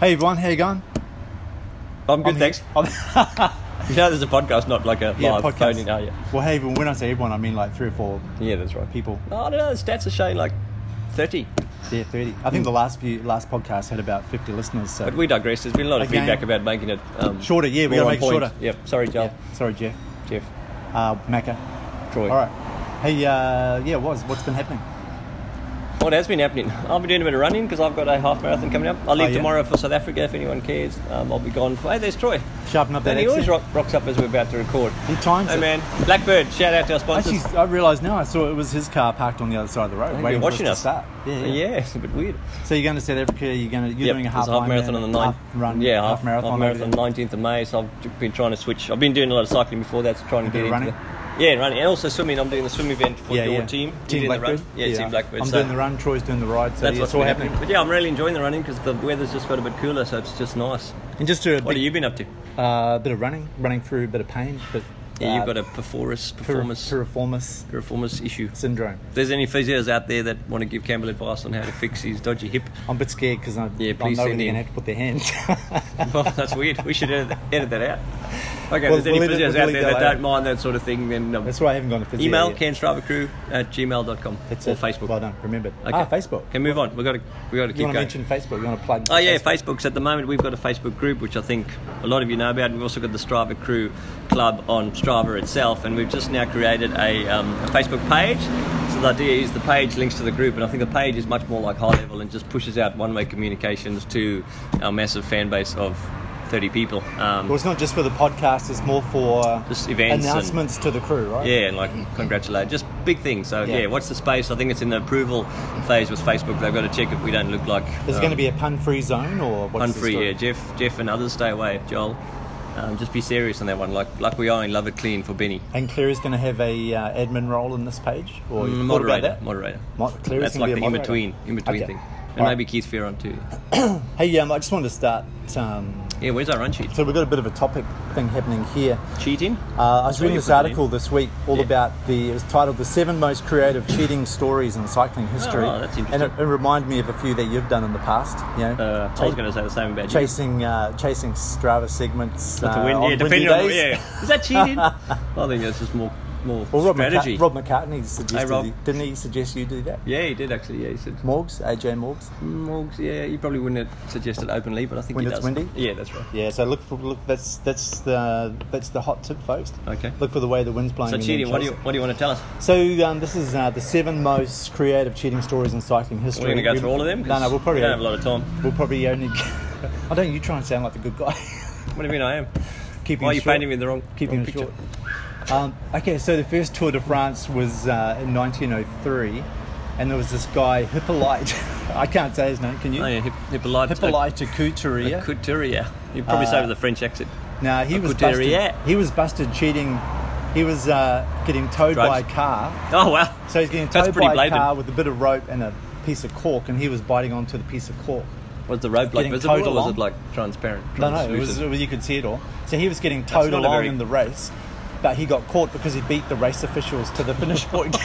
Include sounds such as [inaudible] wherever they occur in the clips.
Hey everyone, how you going? I'm good, I'm thanks. I'm [laughs] you know, there's a podcast, not like a live podcast. phone in, are you? Well, hey everyone. When I say everyone, I mean like three or four Yeah, that's right. people. Oh, I don't know. The stats are showing like 30. Yeah, thirty. I think the last few last podcast had about fifty listeners. So But we digress. There's been a lot of Again. feedback about making it um, Shorter, yeah, we more gotta on make it point. shorter. Yep. Sorry, Joel. yeah. sorry, Jeff, Jeff. uh, Macca. Troy. All right. Hey, uh, yeah, was what's been happening? What has been happening? [laughs] I'll be doing a bit of running because I've got a half marathon coming up. I'll leave Oh, yeah? tomorrow for South Africa if anyone cares. Um, I'll be gone. For, hey, there's Troy. Sharpen up that And he always accent. rock, rocks up as we're about to record. He times Hey, it. Oh, man. Blackbird, shout out to our sponsors. Actually, I realised now. I saw it was his car parked on the other side of the road, They've waiting been watching for us. us, to start. yeah. [laughs] it's a bit weird. So you're going to South Africa. You're going to you're Yep, doing a there's half, Ironman, marathon on the 9th. half run, yeah, half, marathon, half over marathon, there. 19th of May. So I've j- been trying to switch. I've been doing a lot of cycling before that, so trying to bit of get into running? the- yeah, running, and also swimming. I'm doing the swim event for your team. Team You did the run. Blackbird. Yeah, Team Blackbird. I'm so doing the run. Troy's doing the ride. So That's yeah, what's it's all been happening. happening. But yeah, I'm really enjoying the running because the weather's just got a bit cooler, so it's just nice. And just do a What big have you been up to? Uh, a bit of running, running through a bit of pain, but Yeah, uh, you've got a performance pir- performance piriformis piriformis issue. syndrome. If there's any physios out there that want to give Campbell advice on how to fix his dodgy hip, [laughs] I'm a bit scared because I, Yeah, I please know they're send going to in. have to put their hands. [laughs] well, that's weird. We [laughs] should edit, edit that out. Okay, We'll- if there's any we'll edit- physios we'll out delete there that that out. don't mind that sort of thing, then um, That's why I haven't gone to physio email yet. canstrivacrew at gmail.com That's or it. Facebook. Well done, remembered. Okay. Ah, Facebook. Okay, move on. We've got to, we've got to You keep want to mention going. Facebook? You want to plug? Oh yeah, Facebook? Facebook's at the moment. We've got a Facebook group, which I think a lot of you know about. We've also got the Strava Crew Club on Strava itself, and we've just now created a, um, a Facebook page. So the idea is the page links to the group, and I think the page is much more like high level and just pushes out one-way communications to our massive fan base of 30 people. Um, Well, it's not just for the podcast. It's more for uh, Just events and- announcements to the crew, right? Yeah, and like congratulate, just big things. So Yeah. yeah. what's the space? I think it's in the approval phase with Facebook. They've got to check if we don't look like uh, Is it going to be a pun-free zone or what's the unfree. story? Yeah, Jeff, Jeff, and others stay away. Joel, um, just be serious on that one. Like like we are in Love It Clean for Benny. And Clary's going to have a uh, admin role in this page, or you've thought about Mm, Moderator, that? moderator. Mo- Clary's That's gonna like be the a in moderator. between, in between Okay. thing, and All right. maybe Keith Fearon too. Hey, um, I just wanted to start. Um, Yeah, where's our run sheet? so we've got a bit of a topic thing happening here. Cheating? Uh, I was Sorry, reading you this put that in. article this week all Yeah. about the. It was titled "The Seven Most Creative Cheating Stories in Cycling History," Oh, that's and it, interesting. it reminded me of a few that you've done in the past. You know, Uh, I was going to say the same about you. chasing uh, chasing Strava segments With the uh, wind- on yeah, windy depending on days. yeah. Is that cheating? I think that's just more more [laughs] Well, Rob, McCart- strategy. Rob McCartney suggested, Rob. you- didn't he suggest you do that? Yeah, he did actually. Yeah, he said. Morgs, AJ Morgs. Morgs, yeah, you probably wouldn't have suggested openly, but I think When he it's does. windy? Yeah, that's right. Yeah, so look for look. That's that's the that's the hot tip, folks. Okay. Look for the way the wind's blowing. So, and then Chidi, what do chase you it. what do you want to tell us? So um, this is uh, the seven most creative cheating stories in cycling history. We're going to go We- through all of them. 'Cause No, no, we'll probably we don't have a lot of time. [laughs] We'll probably only. I don't. You try and sound like the good guy. [laughs] What do you mean I am? Keeping Why are it you short. painting me in the wrong? Keeping wrong it picture? short. Um, okay, so the first Tour de France was uh, in 1903, and there was this guy Hippolyte. [laughs] I can't say his name. Can you? Oh yeah, Hip- Hippolyte. Hippolyte Couturier. Couturier. You probably Uh, say with a French accent. Now he was Couturier. busted. He was busted cheating. He was uh, getting towed Drugs. by a car. Oh wow. So he's getting That's towed pretty by a blatant. car with a bit of rope and a piece of cork, and he was biting onto the piece of cork. Was the rope like Getting visible, towed or was along. it like transparent? No, no, it was, translucent? it was- you could see it all. So he was getting towed not a along very- in the race, but he got caught because he beat the race officials to the [laughs] finish point.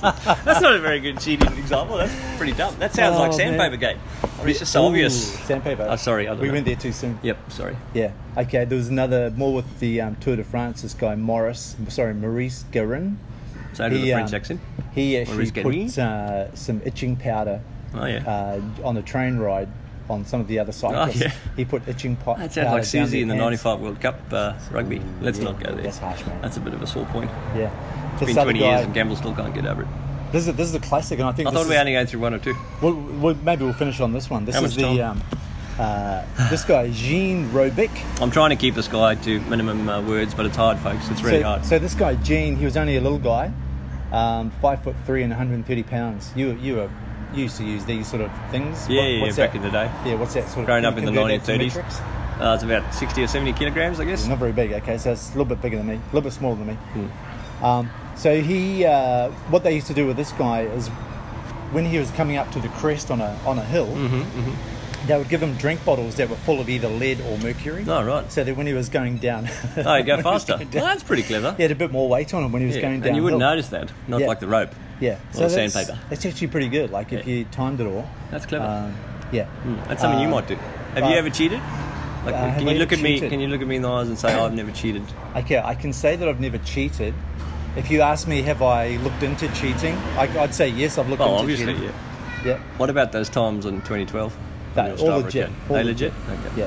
That's not a very good cheating example. That's pretty dumb. That sounds like Oh, man. sandpaper gate. I mean, it's just so Ooh, obvious. Sandpaper. Oh, sorry, I don't we know. went there too soon. Yep. Sorry. Yeah. Okay. There was another more with the um, Tour de France. This guy Morris, sorry, Maurice Guerin. So with a um, French accent. He Maurice actually Guerin? put uh, some itching powder Oh, yeah. uh, on a train ride on some of the other cyclists. Oh, yeah. He put itching po- powder. That sounds like uh, down Susie in the their pants. '95 World Cup uh, rugby. Let's Mm. Yeah, not go there. that's harsh, man. That's a bit of a sore point. Yeah. It's This been other 20 guy- years and Gamble still can't get over it. This is this is a classic, and I think I this thought we is- only going through one or two. Well, well, maybe we'll finish on this one. This How is much the time? um, uh, this guy Jean Robic. I'm trying to keep this guy to minimum uh, words, but it's hard, folks. It's really so, hard. so this guy Jean, he was only a little guy, um, five foot three and 130 pounds. You you were you used to use these sort of things. yeah, yeah, yeah, what's back that? in the day. Yeah, what's that sort of? Growing can up you in the convert that to 1930s. metrics? Uh, it's about 60 or 70 kilograms, I guess. It's not very big. Okay, so it's a little bit bigger than me, a little bit smaller than me. Hmm. Um, so he, uh, what they used to do with this guy is, when he was coming up to the crest on a on a hill, Mm-hmm, they would give him drink bottles that were full of either lead or mercury. Oh, right. So that when he was going down, Oh, you [laughs] go when he was faster. going Well, down- that's pretty clever. he had a bit more weight on him when he was Yeah, going down. and you wouldn't notice that. Not Yeah. like the rope. Yeah, the that's- sandpaper. That's actually pretty good. Like if Yeah. you timed it all, That's clever. Hmm, um, yeah, That's something you Um, might do. Have you Right. ever cheated? Like, Uh, have can I you look ever at me? cheated? Can you look at me in the eyes and say, "I've never cheated"? Okay, I can say that I've never cheated. If you ask me, have I looked into cheating? I, I'd say yes, I've looked Well, into obviously, cheating. yeah. Yeah. What about those times in 2012? That- Your all Strava legit, account? all they legit. legit. Okay.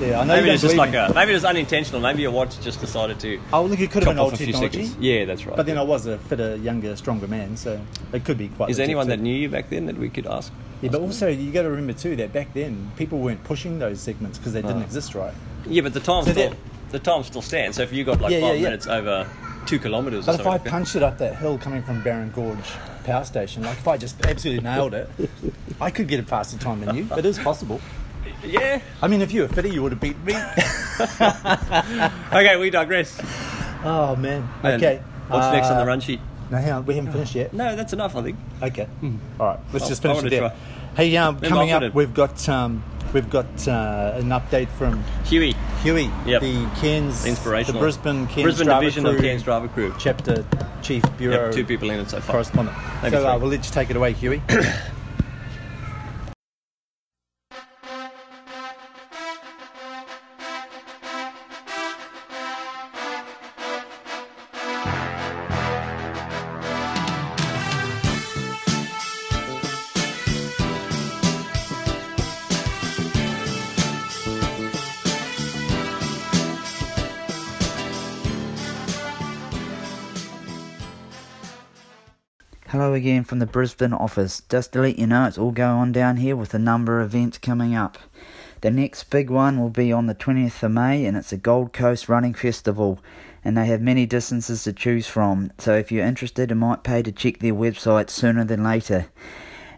Yeah. Yeah, I know Maybe you it's don't just like believe a. Maybe it was unintentional. Maybe your watch just decided to. me. Oh, look, it could have chop been off old a few technology. seconds. Yeah, that's right. But then I was a fitter, younger, stronger man, so it could be quite. Is there legit anyone too. that knew you back then that we could ask? Yeah, but also you got to remember too that back then people weren't pushing those segments because they didn't Ah. exist, right? Yeah, but the time So still that- the time still stands. So if you got like Yeah, yeah, five yeah. minutes over two kilometres, or But if I something, punched it up that hill coming from Barron Gorge Power Station, like if I just absolutely nailed it, I could get a faster time than you. It is possible. yeah. I mean, if you were fitter, you would have beat me. [laughs] Okay, we digress. oh man. And Okay. What's next on the Uh, run sheet? No, hang on. We haven't finished yet. No, that's enough. I think. Okay. All right. Let's Oh, just I finish wanna it there. try. Hey, um, Remember, coming I up, wanted- we've got um, we've got uh, an update from Huey, Huey, Yep. the Cairns, the inspirational the Brisbane Cairns Brisbane driver division crew of Cairns driver crew. chapter chief bureau Yep, two people in it so far. correspondent. Maybe so uh, three. we'll let you take it away, [clears throat] Huey. Hello again from the Brisbane office. Just to let you know, it's all going on down here with a number of events coming up. The next big one will be on the 20th of May, and it's the Gold Coast Running Festival. And they have many distances to choose from, so if you're interested, it might pay to check their website sooner than later.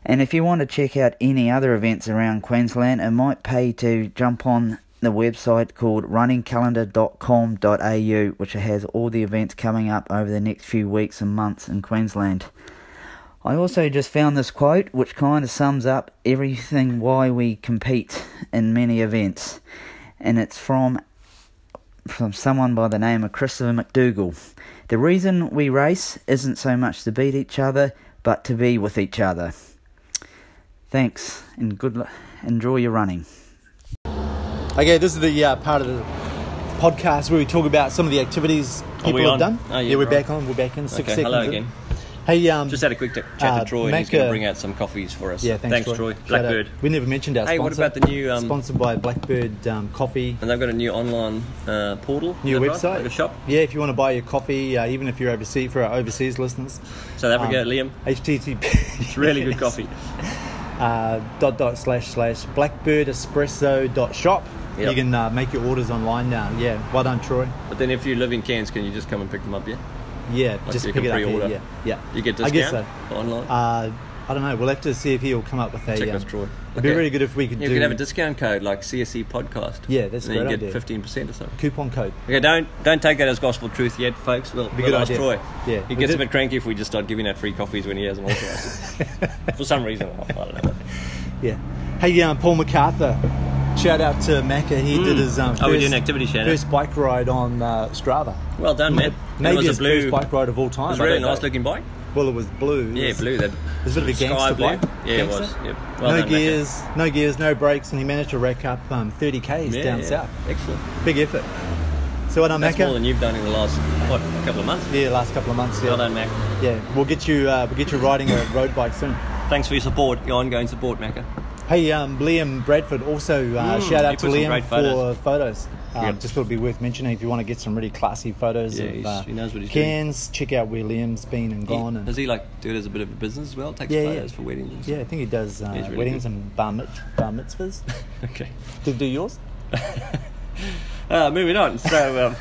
And if you want to check out any other events around Queensland, it might pay to jump on the website called runningcalendar.com.au, which has all the events coming up over the next few weeks and months in Queensland. I also just found this quote which kind of sums up everything why we compete in many events. And it's from from someone by the name of Christopher McDougall. The reason we race isn't so much to beat each other, but to be with each other. Thanks and good luck. Enjoy your running. okay, this is the uh, part of the podcast where we talk about some of the activities Are we people have on? done. Oh, yeah, yeah, we're right. back on. We're back in six Okay, seconds. hello again. Hey, um, Just had a quick t- chat Uh, to Troy, and he's make going to a- bring out some coffees for us. yeah, thanks, Troy. Shout Blackbird. out. We never mentioned our Hey, what sponsor. about the new, um, sponsored by Blackbird um, Coffee? And they've got a new online uh, portal. New is that website, right? Like a shop. Yeah, if you want to buy your coffee, uh, even if you're overseas for our overseas listeners, South Africa, um, Liam. HTTP. It's [laughs] really good coffee. uh, dot dot slash slash blackbirdespresso dot shop. Yep. You can uh, make your orders online now. Yeah, well done, Troy. But then if you live in Cairns, can you just come and pick them up? Yeah. Yeah, just you pick can it up. pre-order. Here. Yeah, yeah. You get I discount guess so. online. Uh, I don't know. We'll have to see if he'll come up with a. Check um, with Troy. It'd be Okay. really good if we could you do could have a discount code like CSE podcast. Yeah, that's a and then great you get idea. fifteen percent or something. coupon code. Okay, don't don't take that as gospel truth yet, folks. We'll, a we'll good ask idea. Troy. Yeah, he we gets a did- bit cranky if we just start giving out free coffees when he hasn't [laughs] authorised it. For some reason, I don't know. Yeah. Hey, um, Paul MacArthur. Shout out to Macca. He did his um, Oh, we're first- doing activity shout out. first bike ride on uh, Strava. Well done, man. Maybe it was his a blue. first bike ride of all time. It was I a really don't know. nice looking bike. Well, it was blue. It Yeah, was- blue. That It was a bit of a sky gangster blue. bike. Yeah, Gangster? it was. Yep. Well no done, Macca. gears, no gears, no brakes, and he managed to rack up um, 30 k's Yeah, down yeah. south. Excellent. Big effort. So well done, That's more Macca. than you've done in the last what couple of months. Yeah, last couple of months. Yeah, Well done, Mac. yeah. We'll get you. Uh, we'll get you riding a road bike soon. Thanks for your support, your ongoing support, Macca. Hey, um, Liam Bradford. Also, uh, Mm, shout he out to put some Liam great for photos. photos. Um, Yep. Just thought it'd be worth mentioning if you want to get some really classy photos Yeah, of he's- uh, he knows what he's doing. Cairns. Check out where Liam's been and gone. He, and does he like do it as a bit of a business as well? Takes Yeah, yeah. photos for weddings. and Yeah, I think he does uh, He's really weddings good. and bar, mit- bar [laughs] mitzvahs. stuff? Okay. Did do yours? Uh, moving on. [laughs] So um,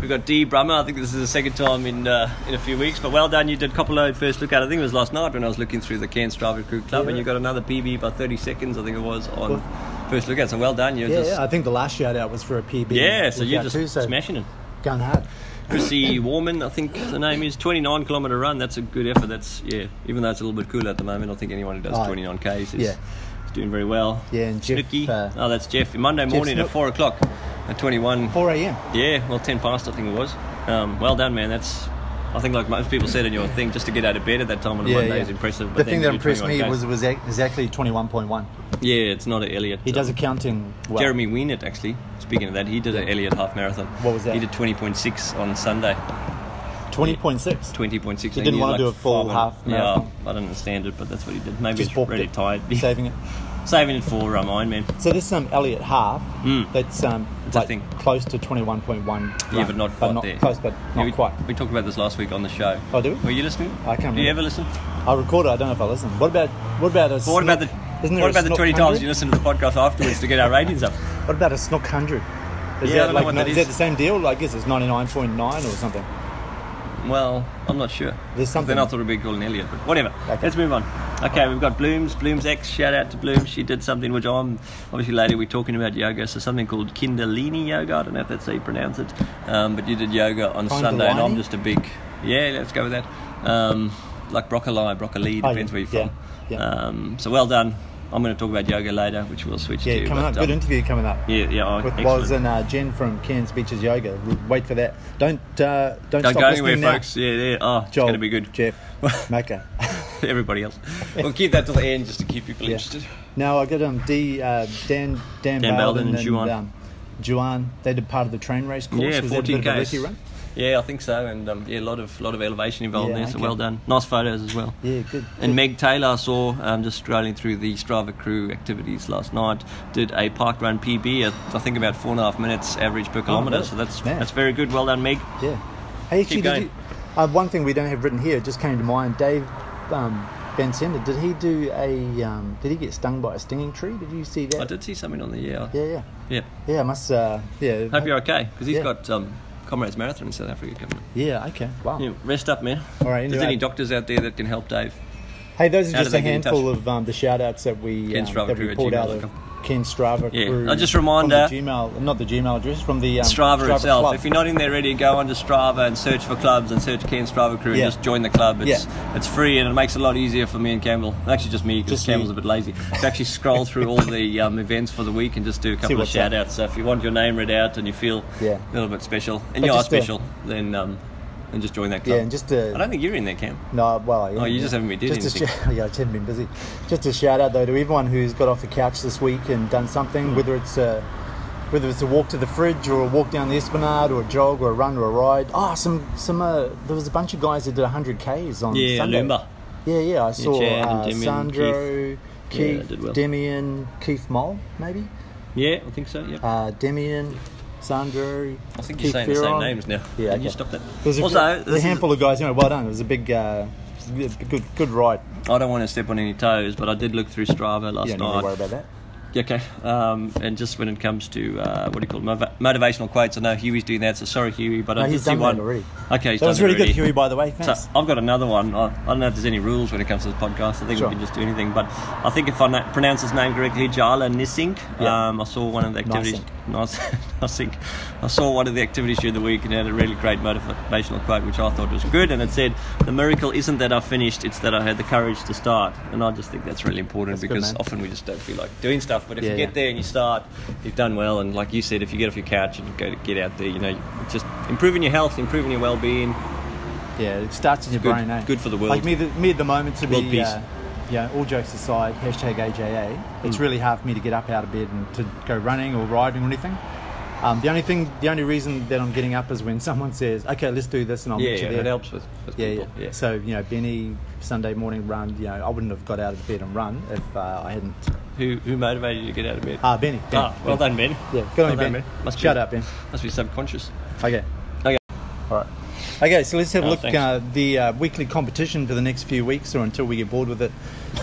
we've got D Brummer. I think this is the second time in uh, in a few weeks. But well done. You did Copperload first look at. I think it was last night when I was looking through the Cairns Driver Crew Club, Yeah. and you got another PB by 30 seconds. I think it was on first look at. So well done. You're Yeah, just yeah, I think the last shout out was for a PB. yeah. So you're lookout just too, so smashing it. Going hard. Chrissy Warman, I think the name is 29 kilometer run. That's a good effort. That's yeah. Even though it's a little bit cooler at the moment, I think anyone who does Oh, 29 k's is, yeah. is doing very well. Yeah, and Jeff, Snooki. uh, oh, that's Jeff. Monday morning Snook. at four o'clock, at 21. 4 a.m. Yeah, well, 10 past I think it was. Um, well done, man. That's I think, like most people said in your thing, just to get out of bed at that time on a Monday is impressive. The but thing then that you impressed do me 21K. was it was ac- exactly 21.1. yeah, it's not an Elliot. He does accounting well. Jeremy Wienert, actually, speaking of that, he did an Elliot half marathon. What was that? He did 20.6 on Sunday. 20.6. 20.6. He didn't wanna do a full half marathon. Yeah, I don't understand it, but that's what he did. Maybe Just he's balked really it. tired. Saving it. [laughs] Saving it for um, Ironman. So this is um, Elliot Half. Mm. That's um, It's a like thing. close to 21.1. Yeah, run, but not but quite not there. close, but Yeah, not we, quite. We talked about this last week on the show. Oh, did we? Were you listening? I can't Do you remember. ever listen? I record it. I don't know if I listen. What about what about a? Well, what about the snook- isn't there what a about the snook twenty times 100? you listen to the podcast afterwards to get our ratings up? What about a snook hundred? Is Yeah, that I don't know like what no- that is is. that the same deal? I guess it's ninety nine point nine or something. Well, I'm not sure. There's something- Then I thought it'd be called an Elliot, but whatever. Okay. Let's move on. Okay, we've got Blooms, Blooms X. Shout out to Blooms. She did something which I'm obviously later we're talking about yoga, so something called Kindalini yoga. I don't know if that's how you pronounce it, um, but you did yoga on Sunday, and I'm Kundalini? just a big yeah. Let's go with that. Um, like broccoli, broccoli Oh, depends yeah, where you're from. yeah, yeah. Um, so well done. I'm going to talk about yoga later, which we'll switch Yeah, to. coming but, up. um, Good interview coming up. Yeah, yeah. oh, With excellent. Woz and uh, Jen from Cairns Beaches Yoga. R- Wait for that. Don't uh, don't, Don't stop go listening anywhere, now. folks. Yeah, yeah. Oh, it's Joel, going to be good. Jeff, Maka. [laughs] Everybody else. We'll keep that till the end just to keep people Yeah. interested. No, I got um, D, uh, Dan, Dan, Dan Belden Belden and and, Juwan. Um, Juwan. They did part of the train race course. Yeah, Was that a fourteen bit of a k. lucky run? Yeah, I think so, and um, yeah, a lot of lot of elevation involved Yeah, there. So okay. well done. Nice photos as well. Yeah, good. And Meg Taylor, I saw um, just scrolling through the Strava crew activities last night, did a park run PB at I think about four and a half minutes average per kilometre. Oh, really? So that's Yeah. that's very good. Well done, Meg. Yeah. Hey, actually, going. did you, uh, one thing we don't have written here just came to mind. Dave um, Van Sender, did he do a? Um, did he get stung by a stinging tree? Did you see that? I did see something on the yeah. Yeah, yeah, Yeah. yeah. I must. Uh, yeah. Hope you're okay because he's Yeah. got um, Comrades Marathon in South Africa coming. up. Yeah. Okay. Wow. Yeah, rest up, man. All right, If there's anyway. any doctors out there that can help Dave. Hey, those are How do just they a get in handful of um, the shout outs that we, um, Ken Strava that crew we at pulled out of gmail.com. Ken Strava Yeah. crew. Uh, just from reminder- the Gmail, not the Gmail address, from the um, Strava, itself. Club. If you're not in there already, go onto Strava and search for clubs and search Ken Strava Crew Yeah. and just join the club. It's it's free and it makes it a lot easier for me and Campbell. Actually, just me because Just you. Campbell's a bit lazy. To actually scroll through [laughs] all the um, events for the week and just do a couple of what's up. shout outs. So if you want your name read out and you feel Yeah. a little bit special and But you are just, uh, special, then um, then just join that club. yeah, and just to Um, I don't think you're in there, Cam. No, well, I Oh, am, you yeah. just haven't been doing just anything. A shout, [laughs] yeah, I just haven't been busy. Just a shout out though to everyone who's got off the couch this week and done something, Hmm. whether it's a whether it's a walk to the fridge or a walk down the esplanade or a jog or a run or a ride. Oh, some some uh, there was a bunch of guys that did hundred k's on Yeah, Sunday. Lumba. Yeah, yeah, I saw Chad and uh, Demian, Sandro, Keith, Yeah, they did well. Demian, Keith Mole, maybe Yeah, I think so. Yeah. uh, Demian, Sandro. I think Keith you're saying the same Ferron. names now. Yeah, Can you okay. stop that? There's a, also, there's a this is- handful of guys. You know, well done. It was a big, uh, good, good ride. I don't want to step on any toes, but I did look through Strava last You don't need night. to worry about that. Yeah, Okay, um, and just when it comes to uh, what do you call it, motiv- motivational quotes, I know Huey's doing that, so sorry Huey, but I No, did he's see done one that already. Okay, he's That done was it really good, already. Huey. By the way, So thanks. I've got another one. I, I don't know if there's any rules when it comes to this podcast. I think Sure. we can just do anything. But I think if I na- pronounce his name correctly, Jala Nisink. Yeah. Um, I saw one of the activities. Nice, Nisink. [laughs] I saw one of the activities during the week and it had a really great motivational quote, which I thought was good. And it said, "The miracle isn't that I finished; it's that I had the courage to start." And I just think that's really important That's good, because man. often we just don't feel like doing stuff. But if you Yeah, get yeah. there and you start, you've done well. And like you said, if you get off your couch and go get out there, you know, just improving your health, improving your well-being. Yeah, it starts in your good- brain, eh? good for the world. Like me, at the, me at the moment to World be, peace. uh, yeah. All jokes aside, hashtag AJA. Mm. It's really hard for me to get up out of bed and to go running or riding or anything. Um, the only thing, the only reason that I'm getting up is when [laughs] someone says, "Okay, let's do this," and I'll Yeah, meet you yeah, there. it helps with, with Yeah, yeah. people. Yeah. So you know, Benny Sunday morning run. You know, I wouldn't have got out of bed and run if uh, I hadn't. who who motivated you to get out of bed? Ah, Benny. Benny. Ah, well done, Ben. Yeah, good on well you, Ben. done, Ben. Must be- Shout out, Ben. Must be subconscious. Okay. Okay. All right. Okay, so let's have a Oh, look. thanks. Uh, the uh, weekly competition for the next few weeks, or until we get bored with it,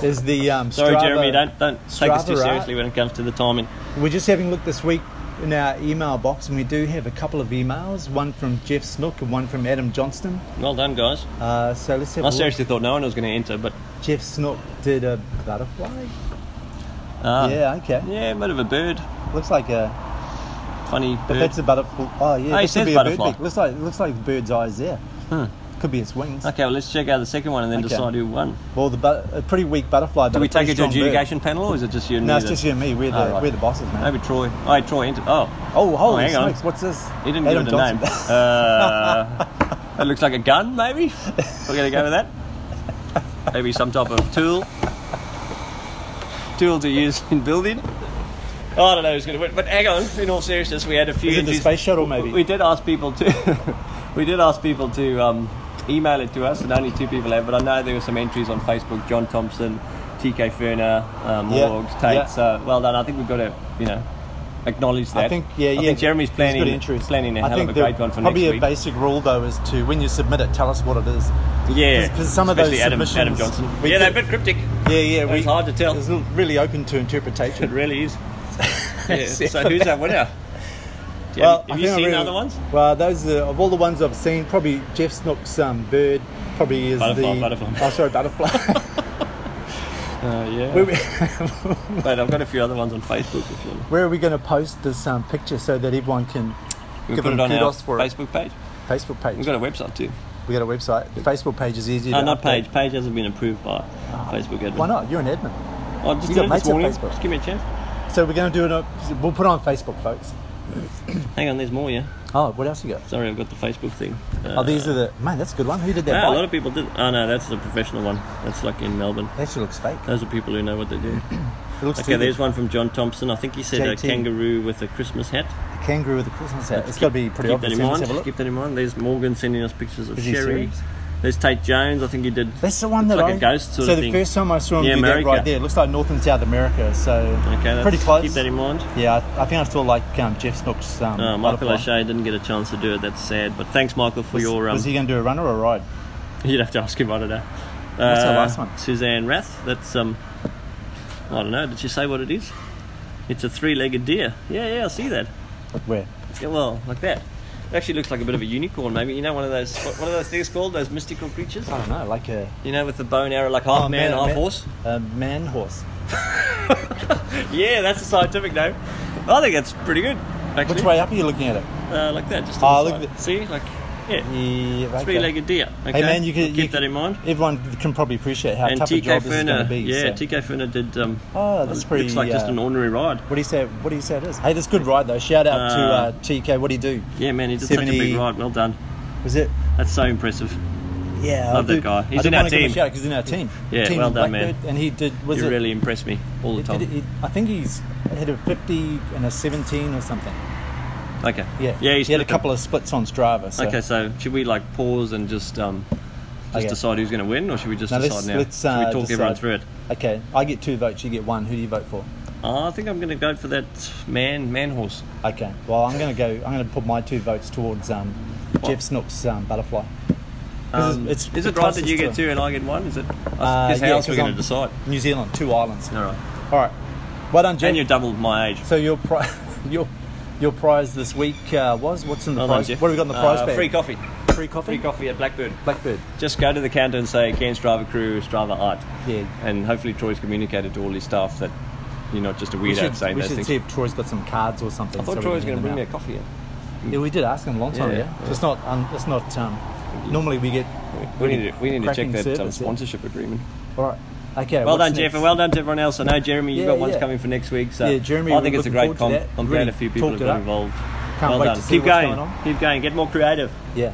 is the [laughs] um, Sorry, Strava- Jeremy. Don't don't take us too Strava, seriously when it comes to the timing. We're just having a look this week in our email box, and we do have a couple of emails. One from Jeff Snook and one from Adam Johnston. Well done, guys. Uh, so let's have I a look. seriously thought no one was going to enter, but Jeff Snook did a butterfly. uh, yeah, okay. yeah, a bit of a bird, Looks like a. funny But bird. that's a butterfly. Oh yeah, this it could says be a bird butterfly. Hmm. beak. Looks like looks like the bird's eyes there. Could be its wings. Okay, well, let's check out the second one and then Okay. decide who won. Well, the but- a pretty weak butterfly. Do but we a pretty take it to strong bird. adjudication panel or is it just you and No, me it's that- just you and me. We're the, Oh, right. we're the bosses, man. Maybe Troy. Oh, hey, Troy entered. Oh, Oh, holy hang on. smokes! What's this? [laughs] He didn't Adam give it a name. Johnson. Uh, That looks like a gun, maybe. We're going to go with that. Maybe some type of tool. Tools are used in building. Oh, I don't know who's going to win. But hang on, in all seriousness, we had a few. Is it the entries- space shuttle, maybe? We did ask people to. [laughs] we did ask people to um, email it to us, and only two people have. But I know there were some entries on Facebook. John Thompson, TK Ferner, um, Yeah, Morgs, Tate. yeah. So well done. I think we've got to, you know, acknowledge that. I think yeah, yeah. I think Jeremy's it's good planning entries. planning a I hell think of a the- great one for next probably week. a basic rule though is to when you submit it, tell us what it is. [laughs] yeah, 'cause- 'cause some of those especially Adam, Adam submissions Johnson. we Yeah, they're a did- bit cryptic. Yeah, yeah. It's hard to tell. It's really open to It [laughs] interpretation. [laughs] really is. Yeah, So who's our winner? Do you- have I you think I seen the really- other ones? Well, those are, of all the ones I've seen, probably Jeff Snook's um, bird probably is Butterfly, the butterfly. Oh, sorry, [laughs] butterfly. [laughs] Uh, yeah. where, we, But I've got a few other ones on Facebook if you want. where are we going to post this um, picture so that everyone can We give put them it on our kudos for Facebook page. it? Facebook page. We've got a website too. we got a website. The Facebook page is easy. No, to not update. page. Page hasn't been approved by Facebook admin. Ah, Why not? You're an admin. I just You did got it this mates on morning. Facebook. Just give me a chance. So we're going to do it. on- We'll put it on Facebook, folks. Hang on, there's more, yeah. Oh, what else you got? Sorry, I've got the Facebook thing. Oh, these are the man. That's a good one. Who did that? Ah, a bike? lot of people did. Oh, no, that's the professional one. That's like in Melbourne. That actually looks fake. Those are people who know what [clears throat] they do. It looks Okay, okay, there's one from John Thompson. I think he said a JT. kangaroo with a Christmas hat. a kangaroo with a Christmas hat. It's got to be pretty Keep obvious. that in Let's have a mind. look. Keep that in mind. There's Morgan sending us pictures of Is he Sherry. serious? There's Tate Jones. I think he did. That's the one It's that like I. a ghost sort so of the thing. first time I saw him Yeah, do America. that right there, it looks like North and South America. So Okay, that's, pretty close. Keep that in mind. Yeah, I, I think I still like um, Jeff Snook's. Um, Uh, Michael butterfly. O'Shea didn't get a chance to do it. That's sad. But thanks, Michael, for Was, your. Um, was he going to do a runner or a ride? [laughs] You'd have to ask him. I don't know. What's Uh, our last one? Suzanne Rath. That's um. I don't know. Did she say what it is? It's a three-legged deer. Yeah, yeah, I see that. Where? Yeah, well, like that. It actually looks like a bit of a unicorn, maybe. You know, one of those what what are those things called? Those mystical creatures. I don't know, like a You know, with the bow and arrow, like half Oh, man, half man- horse. a man horse. Yeah, that's a scientific name. I think that's pretty good. Actually. Which way up are you looking at it? Uh, like that. Just to Ah, the look side. at the- see, like yeah, Yeah, okay. three-legged deer. Okay? Hey man, you can We'll you keep that can- in mind. Everyone can probably appreciate how and tough a TK job this is going Ferner, to be. yeah, so. TK Ferner did. Um, Oh, that's it pretty, Looks like just uh, an ordinary ride. What do you say? What do you say it is? Hey, that's a good ride though. Shout out to Uh, uh, TK. What do you do? Yeah, man, he did such a 70 big ride. Well done. Was it? That's so impressive. Yeah, Love I do- that guy. I He's do in our wanna give him a team. shout 'cause he's in our team. Yeah, team well done, man. Blackbird, And he did. Was you it? really impressed me all the it- time. it- it- I think he's had a 50 and a 17 or something. okay. Yeah. Yeah, he he's had a couple of splits on Strava. So. Okay, so should we like pause and just um, just Okay. decide who's going to win, or should we just Now decide let's now? let's should uh, we talk decide. everyone through it? Okay, I get two votes. You get one. Who do you vote for? Oh, I think I'm going to go for that man man horse. Okay. Well, I'm going to go. I'm going to put my two votes towards um, Jeff Snook's um, butterfly. 'Cause Um, it's- is the it right that closest you get to- two and I get one? Is Uh, it? Because how yeah, else are 'cause we going I'm- to decide? New Zealand, two islands. All right. All right. Well done, Jeff. And you're double my age. So your pri- [laughs] your your prize this week uh, was what's in the Well done, prize? Oh, Jeff. What have we got in the prize Uh, bag? Free coffee. Free coffee. Free coffee at Blackbird. Blackbird. Just go to the counter and say, "Can Strava Crew Strava Art?" Yeah. And hopefully, Troy's communicated to all his staff that you're not just a We weirdo should, saying we those should things. see if Troy's got some cards or something. I thought so Troy was going to bring me a coffee. Yeah, we did ask him a long time Yeah, ago. So it's not. Um, it's not. Um, normally we get. We need to, we need to check cracking that um, service, yeah. sponsorship agreement. All right. Okay. what's Well done, Jeff, next? and well done to everyone else. I know Jeremy, you've Yeah, got ones yeah. coming for next week, so Yeah, Jeremy, I think we're it's a looking great comp. forward to that. I'm glad Really a few people talked have been it up. involved. Can't well wait done. to see Keep what's going. going on. Keep going. Get more creative. Yeah.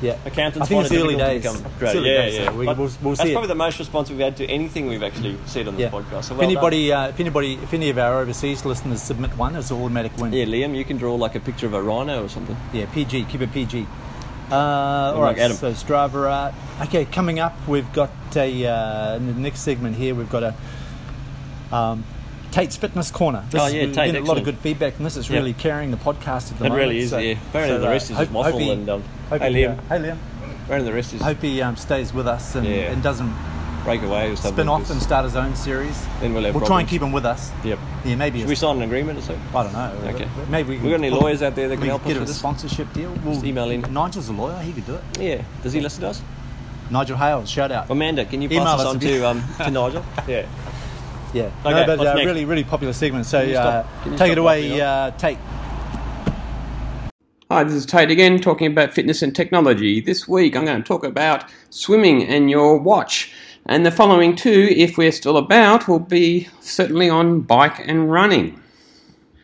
Yeah. Accountants I think find it's it the early difficult days. to become creative. It's early yeah, days, yeah. so we- But we'll, we'll that's see. it. probably the most response we've had to anything we've actually said on this yeah. podcast. So if well done. anybody, uh, if anybody, if any of our overseas listeners submit one, it's an automatic win. Yeah, Liam, you can draw like a picture of a rhino or something. Yeah, PG, keep it PG. Uh, all right, like Adam. so Strava art. Okay, coming up, we've got a uh, in the next segment here. We've got a um, Tate's Fitness Corner. Oh, yeah, we've Tate, getting a lot of excellent. good feedback from this. It's Yeah. really carrying the podcast at the It moment. really is, so- uh, yeah. Apparently the rest is just waffle and, um, hope hey, he, Liam. uh, hey Liam. Where the rest is Hope he um, stays with us and, Yeah. and doesn't break away or something. spin off 'cause- and start his own series. Then we'll have try and problems. keep him with us. Yep. Yeah, maybe. Should it's- we sign an agreement or something? I don't know. Okay. Maybe we We can got any put- lawyers out there that we can help get us a with this? sponsorship deal? We'll Just email in. Nigel's a lawyer. He could do it. Yeah. Does he listen to us? Nigel Hales, shout out. Amanda, can you pass Email us us on if you- to, um, [laughs] to Nigel? Yeah. Yeah. Okay, no, but what's uh, next? really, really popular segment. So Can you uh, stop- can you take stop it laughing, away, huh? uh, Tate. Hi, this is Tate again talking about fitness and technology. This week I'm going to talk about swimming and your watch. And the following two, if we're still about, will be certainly on bike and running.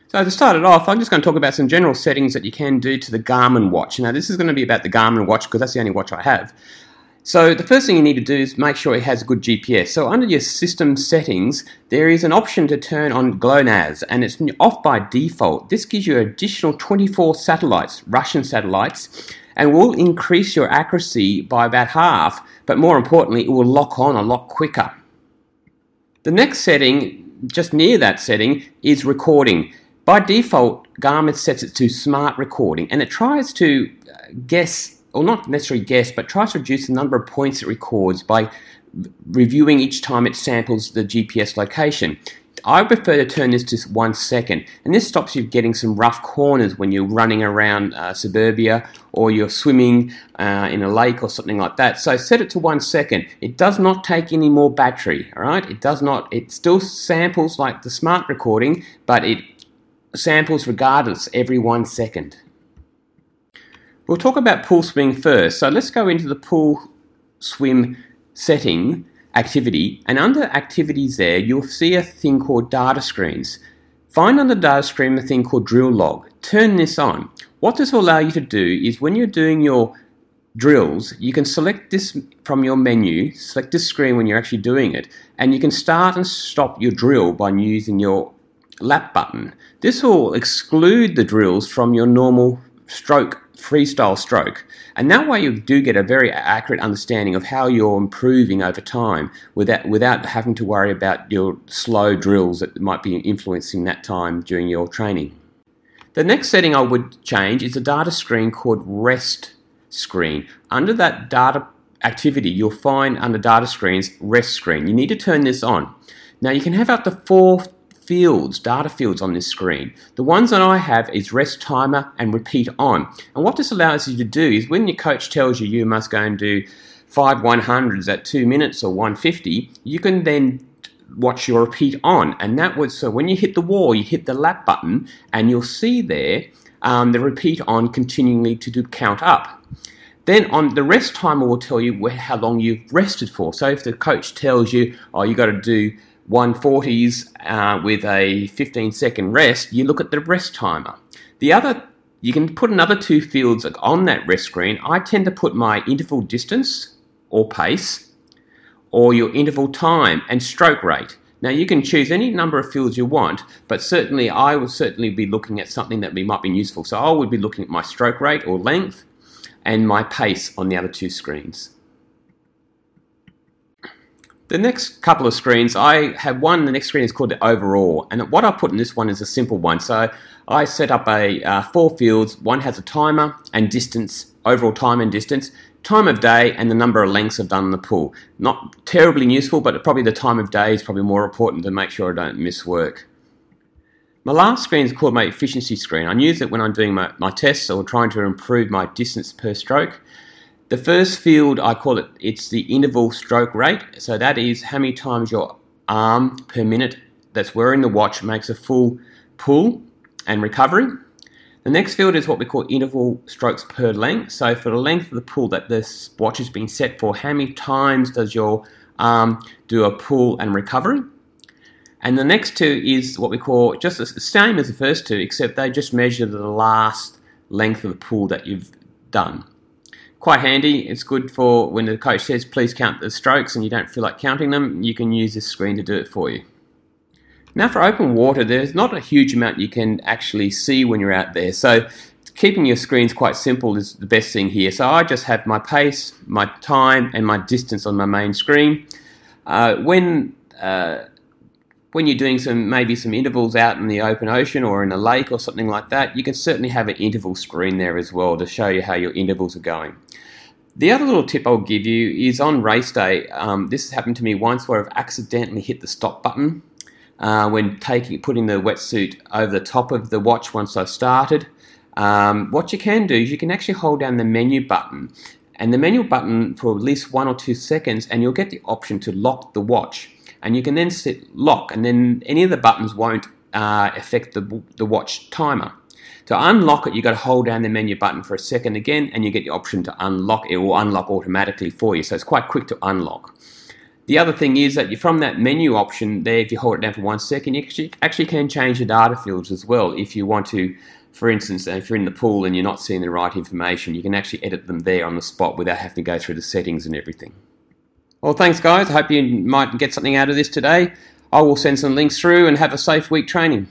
So to start it off, I'm just going to talk about some general settings that you can do to the Garmin watch. Now, this is going to be about the Garmin watch because that's the only watch I have. So the first thing you need to do is make sure it has good GPS. So under your system settings, there is an option to turn on GLONASS, and it's off by default. This gives you additional 24 satellites, Russian satellites, and will increase your accuracy by about half. But more importantly, it will lock on a lot quicker. The next setting, just near that setting, is recording. By default, Garmin sets it to smart recording, and it tries to uh, guess or not necessarily guess, but tries to reduce the number of points it records by reviewing each time it samples the GPS location. I prefer to turn this to one second, and this stops you getting some rough corners when you're running around uh, suburbia or you're swimming uh, in a lake or something like that. So set it to one second. It does not take any more battery, all right? It does not, it still samples like the smart recording, but it samples regardless every one second. We'll talk about pool swim first. So let's go into the pool swim setting activity, and under activities there, you'll see a thing called data screens. Find on the data screen a thing called drill log. Turn this on. What this will allow you to do is when you're doing your drills, you can select this from your menu, select this screen when you're actually doing it, and you can start and stop your drill by using your lap button. This will exclude the drills from your normal stroke freestyle stroke. And that way, you do get a very accurate understanding of how you're improving over time without, without having to worry about your slow drills that might be influencing that time during your training. The next setting I would change is a data screen called REST screen. Under that data activity, you'll find under data screens REST screen. You need to turn this on. Now, you can have up to four fields, data fields on this screen. The ones that I have is rest timer and repeat on. And what this allows you to do is when your coach tells you you must go and do five 100s at two minutes or 150, you can then watch your repeat on. And that would, so when you hit the wall, you hit the lap button and you'll see there um, the repeat on continually to do count up. Then on the rest timer will tell you where, how long you've rested for. So if the coach tells you, oh, you got to do 140s uh, with a 15 second rest, you look at the rest timer. The other, you can put another two fields on that rest screen. I tend to put my interval distance or pace, or your interval time and stroke rate. Now you can choose any number of fields you want, but certainly I will certainly be looking at something that might be useful. So I would be looking at my stroke rate or length and my pace on the other two screens. The next couple of screens, I have one, the next screen is called the overall. And what I put in this one is a simple one. So I set up a uh, four fields. One has a timer and distance, overall time and distance, time of day, and the number of lengths I've done in the pool. Not terribly useful, but probably the time of day is probably more important to make sure I don't miss work. My last screen is called my efficiency screen. I use it when I'm doing my, my tests or trying to improve my distance per stroke. The first field, I call it, it's the interval stroke rate. So that is how many times your arm per minute that's wearing the watch makes a full pull and recovery. The next field is what we call interval strokes per length. So for the length of the pull that this watch has been set for, how many times does your arm do a pull and recovery? And the next two is what we call just the same as the first two, except they just measure the last length of the pull that you've done quite handy. It's good for when the coach says, please count the strokes and you don't feel like counting them, you can use this screen to do it for you. Now, for open water, there's not a huge amount you can actually see when you're out there. So, keeping your screens quite simple is the best thing here. So, I just have my pace, my time, and my distance on my main screen. Uh, when uh, when you're doing some maybe some intervals out in the open ocean or in a lake or something like that, you can certainly have an interval screen there as well to show you how your intervals are going. The other little tip I'll give you is on race day. Um, this has happened to me once where I've accidentally hit the stop button uh, when taking putting the wetsuit over the top of the watch once I've started. Um, what you can do is you can actually hold down the menu button and the menu button for at least one or two seconds, and you'll get the option to lock the watch and you can then set lock, and then any of the buttons won't uh, affect the, the watch timer. To unlock it, you've got to hold down the menu button for a second again, and you get the option to unlock. It will unlock automatically for you, so it's quite quick to unlock. The other thing is that you from that menu option there, if you hold it down for one second, you actually, actually can change your data fields as well. If you want to, for instance, if you're in the pool and you're not seeing the right information, you can actually edit them there on the spot without having to go through the settings and everything. Well, thanks, guys. I hope you might get something out of this today. I will send some links through and have a safe week training.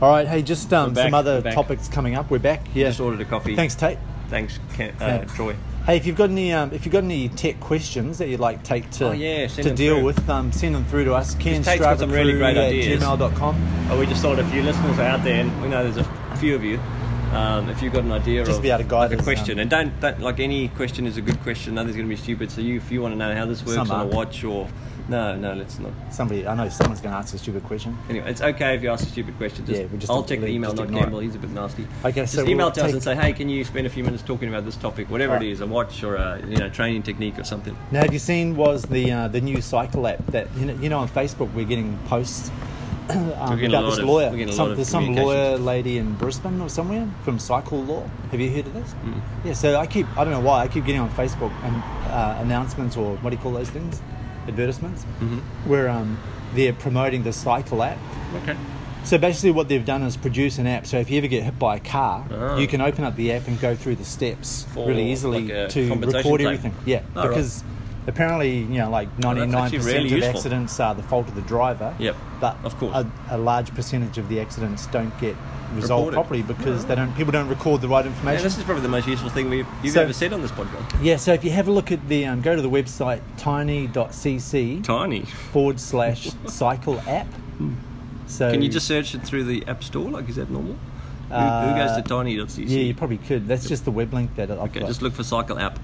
All right. Hey, just um, back, some other we're back. topics coming up. We're back. Yeah. Just ordered a coffee. Thanks, Tate. Thanks, Ken, uh, Yeah. Troy. Hey, if you've got any um, if you've got any tech questions that you'd like Tate to Oh, yeah, to send them deal through. with, um, send them through to us. Ken Tate's got some really great ideas. gmail.com. Oh, we just thought if you listeners are out there, and we know there's a few of you, um, if you've got an idea Just of be able to guide like a us, question, um, and don't, don't like any question is a good question. Nothing's going to be stupid. So you, if you want to know how this works Some on a aren't. watch or no, no, let's not. Somebody, I know someone's going to ask a stupid question. Anyway, it's okay if you ask a stupid question. Just, Yeah, we just I'll take the ignore- email, just not ignore it. Campbell. He's a bit nasty. Okay, just so email we'll to us take- and say, hey, can you spend a few minutes talking about this topic, whatever it is, a watch or a you know training technique or something. Now, have you seen was the uh, the new cycle app that you know, you know on Facebook we're getting posts [clears throat] um, getting a about lot this of- lawyer. we're getting a some, lot of there's some lawyer communications. lady in Brisbane or somewhere from Cycle Law. Have you heard of this? Mm. Yeah. So I keep I don't know why I keep getting on Facebook and uh, announcements or what do you call those things, advertisements, Mm-hmm. where um, they're promoting the cycle app. Okay. So basically, what they've done is produce an app. So if you ever get hit by a car, Ah. you can open up the app and go through the steps For really easily like a to compensation record claim? everything. Yeah, Oh, right. because apparently, you know, like actually ninety-nine really percent of useful. accidents are the fault of the driver. Yep, but of course. a, a large percentage of the accidents don't get resolved Reported. properly because they don't. People don't record the right Yeah, information. this is probably the most useful thing we've, you've So- ever said on this podcast. yeah, so if you have a look at the, um, go to the website tiny.cc Tiny. forward slash [laughs] cycle app. So Hmm. Can you just search it through the app store? Like, is that normal? Who, Uh, who goes to tiny.cc? Yeah, you probably could. That's just the web link that I've okay, got. just look for cycle app.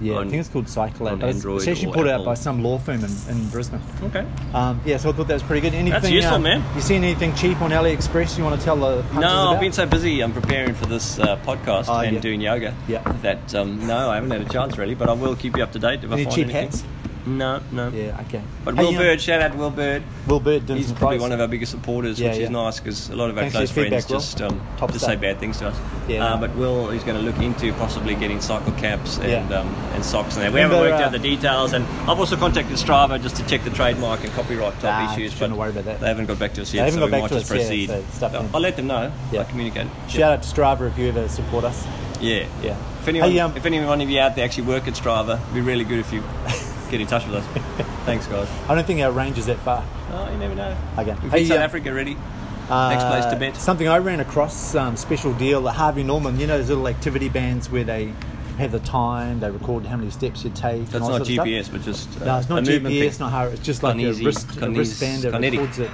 yeah, I on- think it's called Cycle on App. but It's, Android it's actually or put out Apple. by some law firm in, in Brisbane. Okay. Um, yeah, so I thought that was pretty good. Anything, useful, um, man. You seen anything cheap on AliExpress you want to tell the punters No, I've about? been so busy. I'm preparing for this uh, podcast Oh, and yeah. doing yoga. Yeah. That um, no, I haven't had a chance really, but I will keep you up to date if I Any find cheap anything. hats? No, no. Yeah, okay. But Hey, Will you know- Bird, shout out to Will Bird. Will Bird doing He's some probably price. one of our biggest supporters, Yeah, which yeah. is nice because a lot of our Thanks for close your friends feedback, Will. just um, Top just stuff. say bad things to us. Yeah. Uh, but Will is going to look into possibly getting cycle caps and Yeah. um, and socks and that. We Remember, haven't worked uh, out the details, and I've also contacted Strava just to check the trademark and copyright type Nah, issues. shouldn't but worry about that. They haven't got back to us yet, They haven't so got we back might to just us yet, proceed. so stuff I'll- in. I'll let them know. Yeah. I communicate. Shout out to Strava if you ever support us. Yeah. Yeah. If anyone, Hey, um, if anyone of you out there actually work at Strava, it'd be really [laughs] good if you get in touch with us. Thanks, guys. I don't think our range is that far. Oh, you never know. Okay. We've Hey, hit South um, Africa already. Uh, Next place, Tibet. Something I ran across, um, special deal, the Harvey Norman, you know those little activity bands where they have the time, they record how many steps you take. and That's all not that sort of stuff. GPS, but just uh, No, it's not a movement GPS, thing. not hard. It's just like Kinesi- a wrist, a Kinesi- wristband that Kinetic. records it.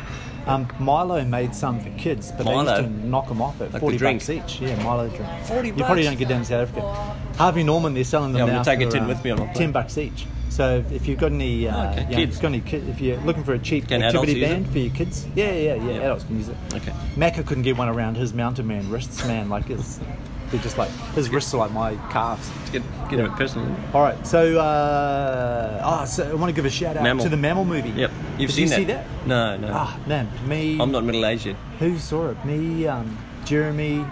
Um, Milo made some for kids, but they Milo? used to knock them off at Like the 40 drink? bucks each. Yeah, Milo drink. 40 You probably bucks? don't get down to South Africa. Harvey Norman, they're selling them Yeah, I'm now gonna take a for, tin um, with me on my plane. 10 bucks each. So if you've got any, uh, Okay, you know, kids. if you've got any ki- if you're looking for a cheap Can adults activity use band it? for your kids, yeah, yeah, yeah, Yeah. adults can use it. Okay. Macca couldn't get one around his mountain man wrists, man. Like it's, they're just like his wrists are like my calves. Let's Get, get a bit personal. isn't it? All right, so uh, oh, so I want to give a shout out Mammal. to the mammal movie. Yep. You've Did seen you that? see that? No, no. Ah, man, me. I'm not middle aged yet. Who saw it? Me, um, Jeremy.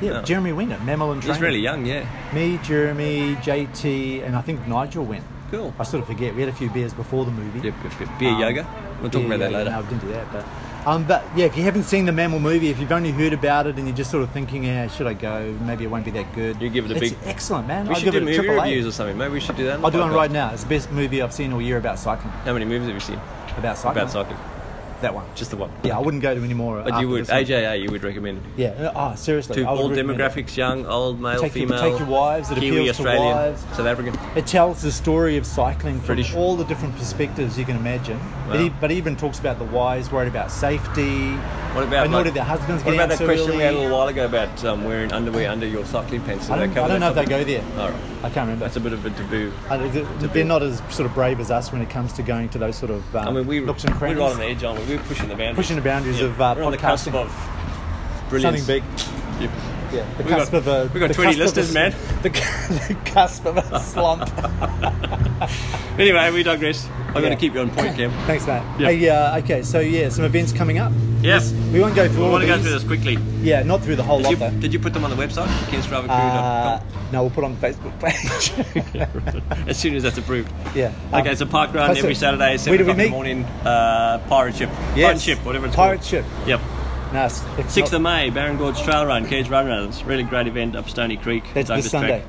Yeah, No. Jeremy Wiener, mammal and He's training. really young, yeah. Me, Jeremy, JT, and I think Nigel went. Cool. I sort of forget. We had a few beers before the movie. Yep, yep, yep. Beer Um, yoga. We'll talk Yeah, about that yeah, later. No, I didn't do that, but. Um, but yeah, if you haven't seen the mammal movie, if you've only heard about it and you're just sort of thinking, yeah, should I go? Maybe it won't be that good. You give it a It's big- excellent, man. We I should give do it a movie triple A. reviews or something. Maybe we should do that. on the I'll do one podcast. right now. It's the best movie I've seen all year about cycling. How many movies have you seen About cycling. about cycling? That one. Just the one. Yeah, I wouldn't go to any more. But after you would this one. AJA. You would recommend. Yeah. Oh, seriously. To I would all recommend it. demographics, young, old, male, Take your- female. take your wives, it Kiwi, appeals to Australian, wives. South African. It tells the story of cycling from British. all the different perspectives you can imagine. But, Wow. he, but he even talks about the wives worried about safety. What about They know like- that their husbands What get about out that so question we had a early. little while ago about um, wearing underwear under your cycling pants? Did I they don't, cover I don't that know if they topic? go there. All right, I can't remember. that's a bit of a taboo. I don't- they're, not as sort of brave as us when it comes to going to those sort of um, I mean, we we're nooks and right crannies. on the edge, aren't we? We're pushing the boundaries. Pushing the boundaries Yeah. of, uh, we're on the cusp podcasting. of brilliance. Something big. Yeah. Yeah, the We've cusp got- of a. we've got the 20 cusp of a- listeners, man. The, [laughs] cu- the cusp of a slump. [laughs] Anyway, we digress. I'm going Yeah. to keep you on point, [clears throat] Cam. Thanks, mate. Yeah. Hey, uh, okay, so yeah, some events coming up. Yes. We won't go through We all want to of go these. through this quickly. Yeah, not through the whole Did lot [laughs] you, though. did you put them on the website? Uh, KenStravaCrew.com. no, we'll put it on the Facebook page. [laughs] [laughs] as soon as that's approved. yeah. Okay, Um, it's a park run that's every it. Saturday, Where 7 do we o'clock in the meet? morning. Uh, pirate ship. Yes. Pirate ship, whatever it's Pirate Oh. called. ship. Yep. No, it's- it's 6th not- of May, Barron Gorge Trail Run, Cairns Run Run. It's a really great event up Stony Creek. That's Douglas this Track. Sunday.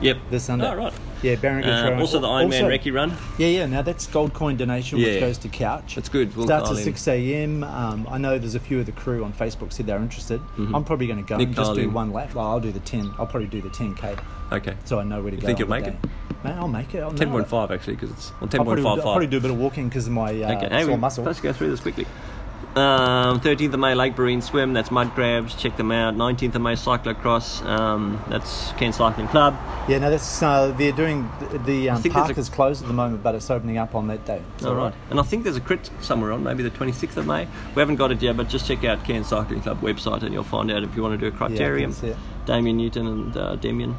Yep. This Sunday. Oh, right. Yeah, Barron Gorge Uh, Run. also the Ironman Also- Recce Run. Yeah, yeah. Now that's gold coin donation, Yeah. which goes to Couch. That's good. We'll Starts dial at in. six a.m. Um, I know there's a few of the crew on Facebook said they're interested. I'm probably going to go Mm-hmm. Nick and just dial do in. one lap. Well, I'll do the ten. I'll probably do the ten k, Okay. so I know where to go. think on you'll the make day. Man, I'll make it. I'll Ten nail point it. five actually, because it's well, ten I'll point probably, five I'll probably five. do a bit of walking because of my uh, Okay, hey, sore we muscle. let's go through this quickly. Um, 13th of May, Lake Barine Swim, that's mud crabs, check them out. 19th of May, cyclocross, um, that's Cairns Cycling Club. Yeah, no, that's uh, they're doing the, the um, think there's park a- is closed at the moment, but it's opening up on that day. All right. And I think there's a crit somewhere on, maybe the 26th of May. We haven't got it yet, but just check out Cairns Cycling Club website and you'll find out if you want to do a criterium. that's it. Damien Newton and uh, Damien.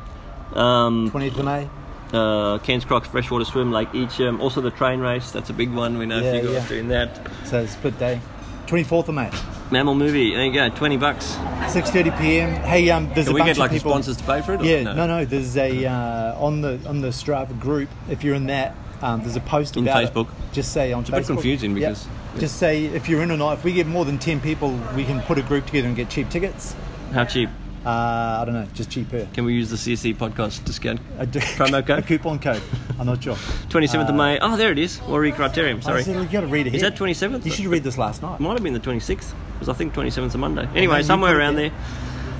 Um, Twentieth of May. uh, Cairns Crocs Freshwater Swim, Lake Eacham. Also the train race, that's a big one. We know Yeah, a few guys yeah. doing that. So split day. 24th of May, Mammal movie, there you go, 20 bucks. 6:30 p.m. Hey, um, there's Can a we bunch get of like the people. sponsors to pay for it? or Yeah, no, no. there's a uh, on the on the Strava group. If you're in that, um, there's a post In about it. Facebook. Just say on It's a Facebook. bit confusing Yeah. because- Just say if you're in or not. If we get more than ten people, we can put a group together and get cheap tickets. How cheap? Uh, I don't know, just cheaper. Can we use the CC podcast discount? A d- Promo [laughs] a code? coupon code. I'm not sure. 27th of May. Oh, there it is. Warrior Criterium. Uh, I Sorry. said, you got to read it. Is that 27th? You should read this last night. Might have been the 26th, because I think 27th is a Monday. Anyway, you somewhere put it around there.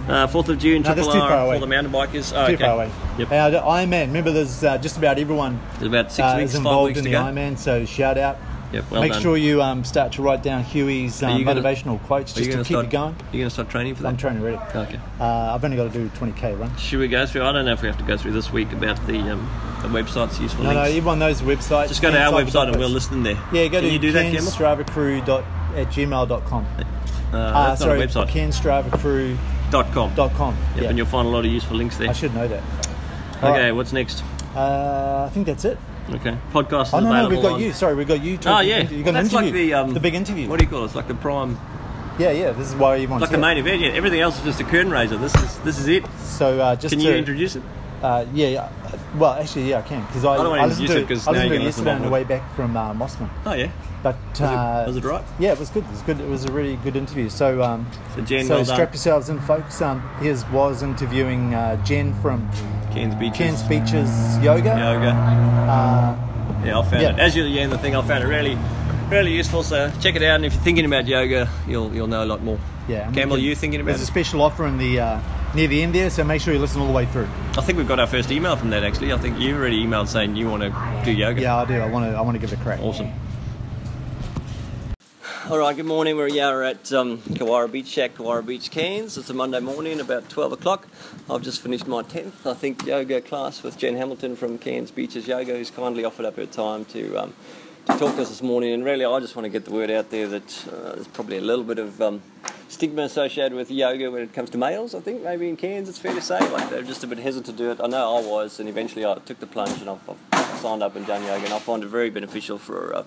there. Uh, 4th of June, No, that's Triple too R far away. for the mountain bikers. Oh, Too okay. far away. Uh, Yep. And Ironman. Remember, there's uh, just about everyone There's about six uh, weeks, is five involved weeks in to the go. Ironman. So shout out. Yep, well Make done. sure you um, start to write down Huey's Are um, you gonna- motivational quotes Are just to you gonna keep start, it going. You're going to start training for that? I'm training already. Okay. Uh, I've only got to do 20k run. Should we go through? I don't know if we have to go through this week about the, um, the website's useful No, no, links. everyone knows the website. Just go to our website and Kencycle.biz. we'll list them there. Yeah, go Can to you do that, Campbell? kenstravacrew at gmail.com. Uh, Uh, that's sorry, not a website. kenstravacrew.com. Dot com. Yep, yeah. And you'll find a lot of useful links there. I should know that. All Okay, right. what's next? Uh, I think that's it. Okay. Podcast is Oh, no, no, available we've got on- you. Sorry, we've got you. Oh talking. yeah, You've got an that's interview. like the um, the big interview. What do you call it? It's like the prime, Yeah, yeah. This is why you want like to the do it. main event. Yeah, everything else is just a curtain raiser. This is this is it. So uh, just Can to, you introduce it? Uh, yeah, yeah. uh, Well, actually, yeah, I can because I, don't wanna I listened introduce to it 'cause I now listened you're to it gonna listen yesterday on the to way back from uh, Mossman. Oh yeah. But uh, was it right? Yeah, it was good. It was good. It was a really good interview. So, um, So Jen, so well done. strap yourselves in, folks. Um, here's was interviewing uh, Jen from Cairns Beaches. Ken's Beaches Yoga. Yoga. Uh, Yeah, I found Yeah. it. As you're yeah, the thing, I found it really, really useful. So check it out. And if you're thinking about yoga, you'll you'll know a lot more. yeah, and we Campbell, can- you thinking about There's a it? special offer in the uh, near the end there, so make sure you listen all the way through. I think we've got our first email from that actually. I think you already emailed saying you want to do yoga. Yeah, I do. I want to. I want to give it a crack. Awesome. All right, good morning. We're here at um, Kawara Beach Shack, Kawara Beach, Cairns. It's a Monday morning, about 12 o'clock. I've just finished my 10th, I think, yoga class with Jen Hamilton from Cairns Beaches Yoga, who's kindly offered up her time to, um, to talk to us this morning. And really, I just want to get the word out there that uh, there's probably a little bit of um, stigma associated with yoga when it comes to males, I think, maybe in Cairns, it's fair to say. Like, they're just a bit hesitant to do it. I know I was, and eventually I took the plunge and I've, I've signed up and done yoga, and I find it very beneficial for. Uh,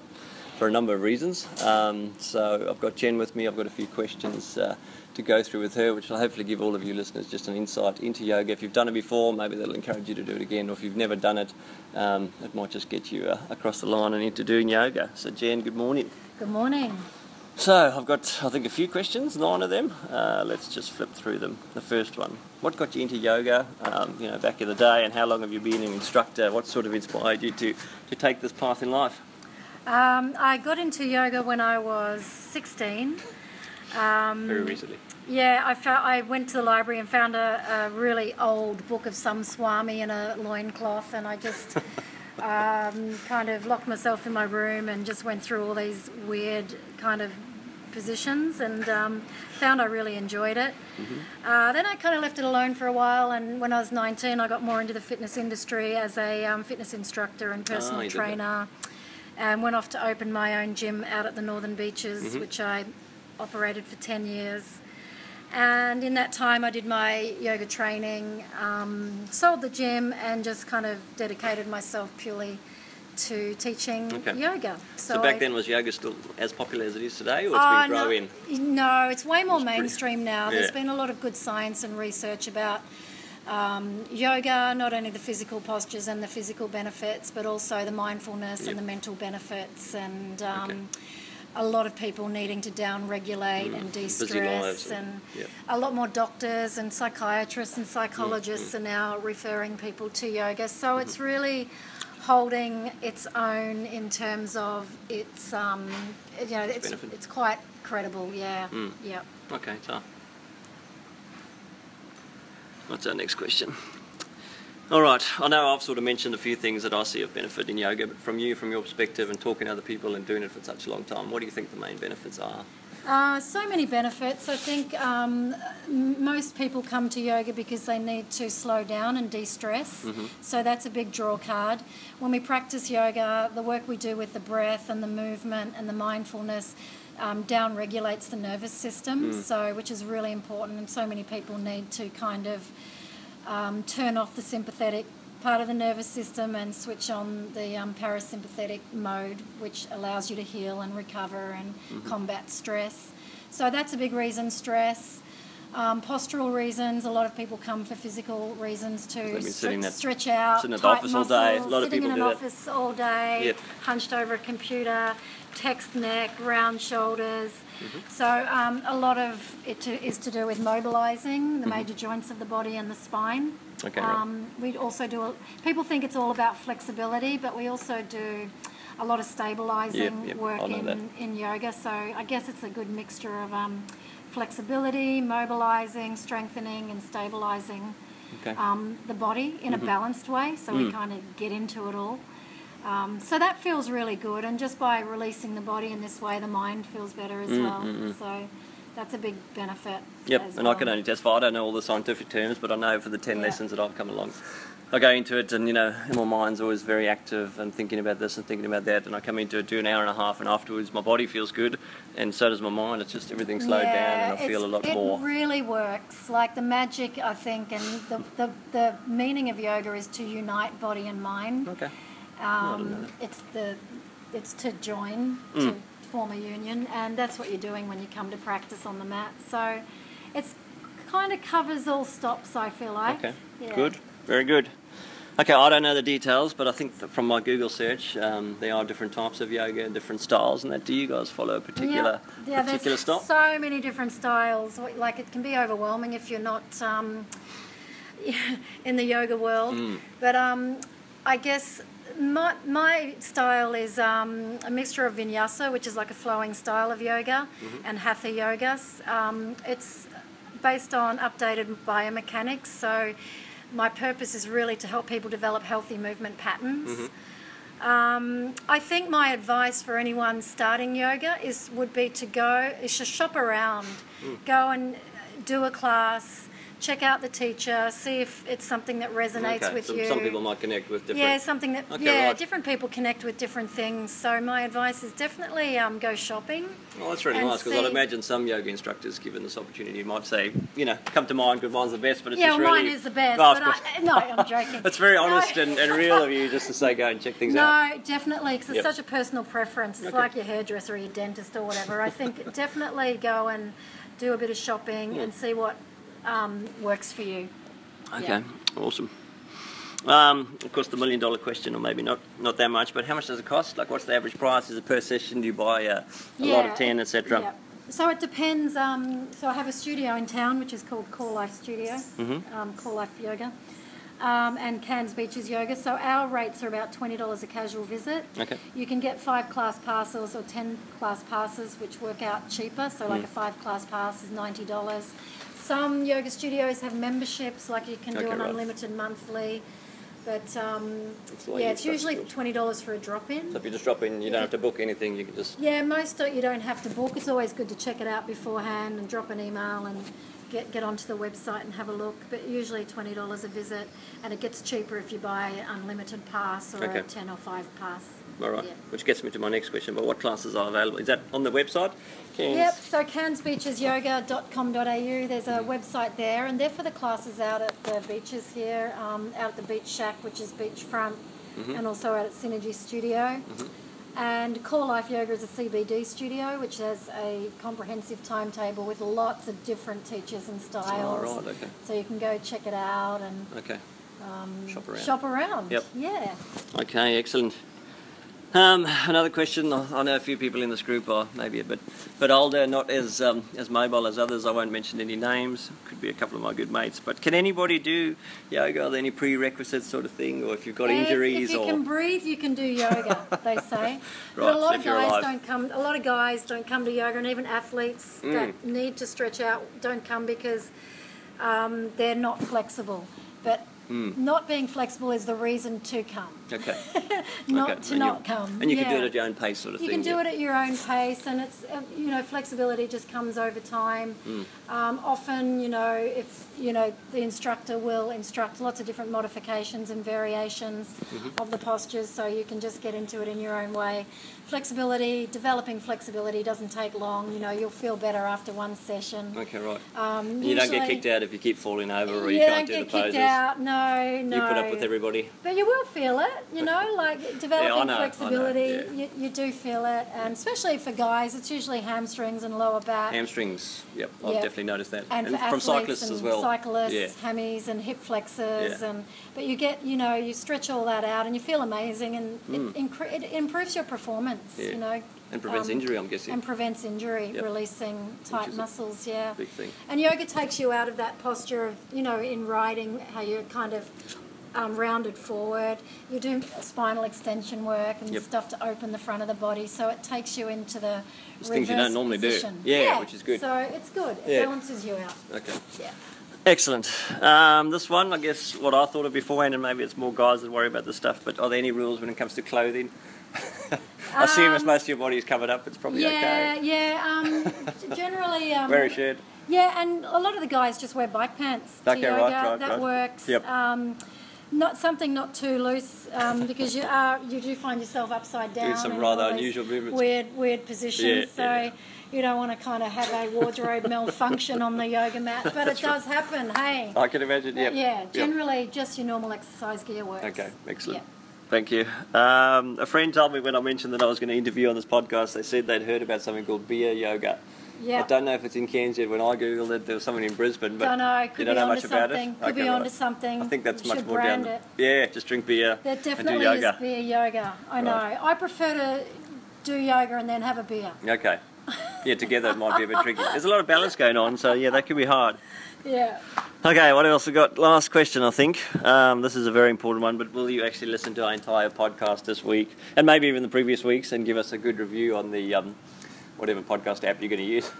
for a number of reasons. Um, so I've got Jen with me. I've got a few questions uh, to go through with her, which will hopefully give all of you listeners just an insight into yoga. If you've done it before, maybe that'll encourage you to do it again, or if you've never done it, um, it might just get you uh, across the line and into doing yoga. So Jen, good morning. Good morning. So I've got, I think, a few questions, nine of them. Uh, let's just flip through them. The first one: What got you into yoga? Um, you know, back in the day, and how long have you been an instructor? What sort of inspired you to to take this path in life? Um, I got into yoga when I was 16. Very recently. Yeah, I, fou- I went to the library and found a, a really old book of some swami in a loincloth, and [laughs] I just um, kind of locked myself in my room and just went through all these weird kind of positions and um, found I really enjoyed it. Mm-hmm. Uh, then I kind of left it alone for a while, and when I was 19, I got more into the fitness industry as a um, fitness instructor and personal Ah, you did that. trainer, and went off to open Mm-hmm. my own gym out at the Northern Beaches, which I operated for 10 years And in that time, I did my yoga training, um, sold the gym, and just kind of dedicated myself purely to teaching Okay. yoga. So, back I- then, was yoga still as popular as it is today, or it's Oh, been growing? No, no, it's way more It's pretty- mainstream now. There's yeah. been a lot of good science and research about um, yoga, not only the physical postures and the physical benefits, but also the mindfulness Yep. and the mental benefits, and um, Okay. a lot of people needing to down regulate and de Mm. lives stress. and- And yep. a lot more doctors and psychiatrists and psychologists Mm. are now referring people to yoga. So it's Mm-hmm. really holding its own in terms of its, um, you know, it's, Benefit. it's quite credible, yeah. yeah. Okay, so what's our next question? All right, I know I've sort of mentioned a few things that I see of benefit in yoga, but from you, from your perspective, and talking to other people and doing it for such a long time, what do you think the main benefits are? Uh, so many benefits. I think um, m- most people come to yoga because they need to slow down and de stress. So that's a big draw card. When we practice yoga, the work we do with the breath and the movement and the mindfulness. Um, down regulates the nervous system, so which is really important, and so many people need to kind of um, turn off the sympathetic part of the nervous system and switch on the um, parasympathetic mode, which allows you to heal and recover and Mm-hmm. combat stress. So that's a big reason stress. Um, postural reasons. A lot of people come for physical reasons They've to been stre- sitting that- stretch out, sitting at the tight office all muscles, day. A lot of sitting people in do an that. office all day, Yeah. hunched over a computer, text neck, round shoulders. Mm-hmm. So um, a lot of it to, is to do with mobilizing the major joints of the body and the spine. Mm-hmm. Okay, right. Um, we also do. A, people think it's all about flexibility, but we also do a lot of stabilizing yep, work I know in, that. in yoga. So I guess it's a good mixture of um, flexibility, mobilizing, strengthening, and stabilizing Okay. um, the body in Mm-hmm. a balanced way. So Mm. we kind of get into it all. Um, so that feels really good, and just by releasing the body in this way, the mind feels better as well. So that's a big benefit. Mm, Yep, as and I well. can only testify. I don't know all the scientific terms, but I know for the 10 Yeah. lessons that I've come along, I go into it and, you know, my mind's always very active and thinking about this and thinking about that. And I come into it, do an hour and a half, and afterwards my body feels good, and so does my mind. It's just everything slowed down, and I it's- feel a lot it more. really works. Like the magic, I think, and the, the, the meaning of yoga is to unite body and mind. okay. Um, it's the it's to join Mm. to form a union, and that's what you're doing when you come to practice on the mat. So it's kind of covers all stops. I feel like. Okay. Yeah. Good. Very good. Okay, I don't know the details, but I think that from my Google search, um, there are different types of yoga and different styles, and that do you guys follow a particular yeah, particular there's style? so many different styles. Wh- Like it can be overwhelming if you're not um, [laughs] in the yoga world. Mm. But um, I guess my my style is um, a mixture of vinyasa, which is like a flowing style of yoga, Mm-hmm. and hatha yoga. Um, it's based on updated biomechanics. So my purpose is really to help people develop healthy movement patterns. Mm-hmm. Um, I think my advice for anyone starting yoga is would be to go is to shop around, Mm. go and do a class, check out the teacher, see if it's something that resonates okay, with so you. some people might connect with different. yeah, something that Okay, yeah, right. different people connect with different things. So my advice is definitely um, go shopping. Well, that's really and nice because I'd see- imagine some yoga instructors, given this opportunity, might say, you know, come to mine because mine's the best, but it's yeah, just mine really. is the best. Oh, of but course. I, no, [laughs] I'm joking. It's very No. honest and, [laughs] and real of you just to say go and check things out. No, definitely, because it's Yep. such a personal preference. It's Okay. like your hairdresser or your dentist or whatever. I [laughs] think definitely go and do a bit of Hmm. shopping and see what um, works for you. Okay, Yeah. awesome. Um, of course, the million dollar question, or maybe not, not that much, but how much does it cost? Like, what's the average price? Is it per session? Do you buy uh, a lot of 10, etc.? yeah. So it depends. Um, so I have a studio in town which is called Core Life Studio, Mm-hmm. um, Core Life Yoga, um, and Cairns Beaches Yoga. So our rates are about twenty dollars a casual visit. Okay. You can get five class passes or ten class passes, which work out cheaper. So like a Mm. five class pass is ninety dollars. Some yoga studios have memberships, like you can do Okay, an right. unlimited monthly. But um, It's like yeah, you it's start- usually twenty dollars for a drop in. So if you just drop in, you don't have to book anything, you can just. Yeah, most of it you don't have to book. It's always good to check it out beforehand and drop an email and get, get onto the website and have a look. But usually $20 a visit, and it gets cheaper if you buy an unlimited pass or Okay. a 10 or 5 pass. All right. Yeah. Which gets me to my next question. But what classes are available? Is that on the website? Cairns? Yep, so cairnsbeachesyoga.com.au, there's a website there, and they're for the classes out at the beaches here, um, out at the Beach Shack, which is beachfront, Mm-hmm. and also out at Synergy Studio. And Core Life Yoga is a CBD studio, which has a comprehensive timetable with lots of different teachers and styles. Oh, right, okay. So you can go check it out and um, Okay. Shop around. shop around. Yep. Yeah. Okay, excellent. Um, another question. I I know a few people in this group are maybe a bit, bit older, not as um, as mobile as others. I won't mention any names. Could be a couple of my good mates. But can anybody do yoga? Are there any prerequisites, sort of thing, or if you've got Yeah, if- injuries If you or can breathe, you can do yoga. [laughs] they say, Right, but a so lot if of you're guys alive. don't come. A lot of guys don't come to yoga, and even athletes Hmm. that need to stretch out don't come because um, they're not flexible. But Hmm. not being flexible is the reason to come, [laughs] [laughs] okay, not okay. to and not you, come. and you can do it Yeah. at your own pace, sort of You thing. can do yeah. it at your own pace, and it's uh, you know flexibility just comes over time. Hmm. Um, often, you know, if you know the instructor will instruct lots of different modifications and variations Mm-hmm. of the postures, so you can just get into it in your own way. Flexibility, developing flexibility doesn't take long. You know, you'll feel better after one session. Okay, right. Um, And you don't get usually- kicked out if you keep falling over or you you can't don't do get the kicked poses. out. No, no. You put up with everybody. But you will feel it, you know, [laughs] like developing know, I know, flexibility, yeah. you, you do feel it, and especially for guys, it's usually hamstrings and lower back. Hamstrings. Yep, I've Yeah. definitely noticed that. and, for from athletes cyclists and as well. Cyclists, Yeah. hammies, and hip flexors, Yeah. and but you get, you know, you stretch all that out, and you feel amazing, and it, incre- it improves your performance, Mm. Yeah. you know, Um, And prevents injury, I'm guessing. and prevents injury, Yep. releasing Which tight is a muscles, yeah, big thing. and yoga takes you out of that posture of, you know, in riding, how you're kind of um, rounded forward. You do spinal extension work and Yep. stuff to open the front of the body, so it takes you into the It's things you don't reverse normally do. position. Yeah, which is good. So it's good. It Yeah. balances you out. Okay. Yeah. Excellent. Um, this one, I guess, what I thought of beforehand, and maybe it's more guys that worry about this stuff. But are there any rules when it comes to clothing? [laughs] I assume as most of your body is covered up, it's probably Um, Yeah, okay. yeah. Um, [laughs] generally, um, Wear a shirt. Yeah, and a lot of the guys just wear bike pants to Okay, yoga. right, right, that right. works. Yep. Um, not something not too loose um, [laughs] because you are you do find yourself upside down. some and rather all these unusual movements. Weird, weird positions. Yeah, so yeah. you don't want to kind of have a [laughs] wardrobe malfunction on the yoga mat, but it does happen. Hey. I can imagine. Yep. Yeah. Yep. Generally, just your normal exercise gear works. Okay, excellent. Yeah. Thank you. Um, a friend told me when I mentioned that I was going to interview on this podcast, they said they'd heard about something called beer yoga. Yeah. I don't know if it's in Cairns yet. When I googled it, there was someone in Brisbane, but Don't know, could you don't be know onto much about something, it. could be right. onto something. I think that's We much should more down. brand the- Yeah, just drink beer There and definitely do yoga. is beer yoga. I know. I prefer to do yoga and then have a beer. Okay. Yeah, together it might be a bit tricky. There's a lot of balance going on, so yeah, that could be hard. Yeah. Okay, what else we got? Last question, I think. Um, this is a very important one, but will you actually listen to our entire podcast this week and maybe even the previous weeks and give us a good review on the um, whatever podcast app you're going to use?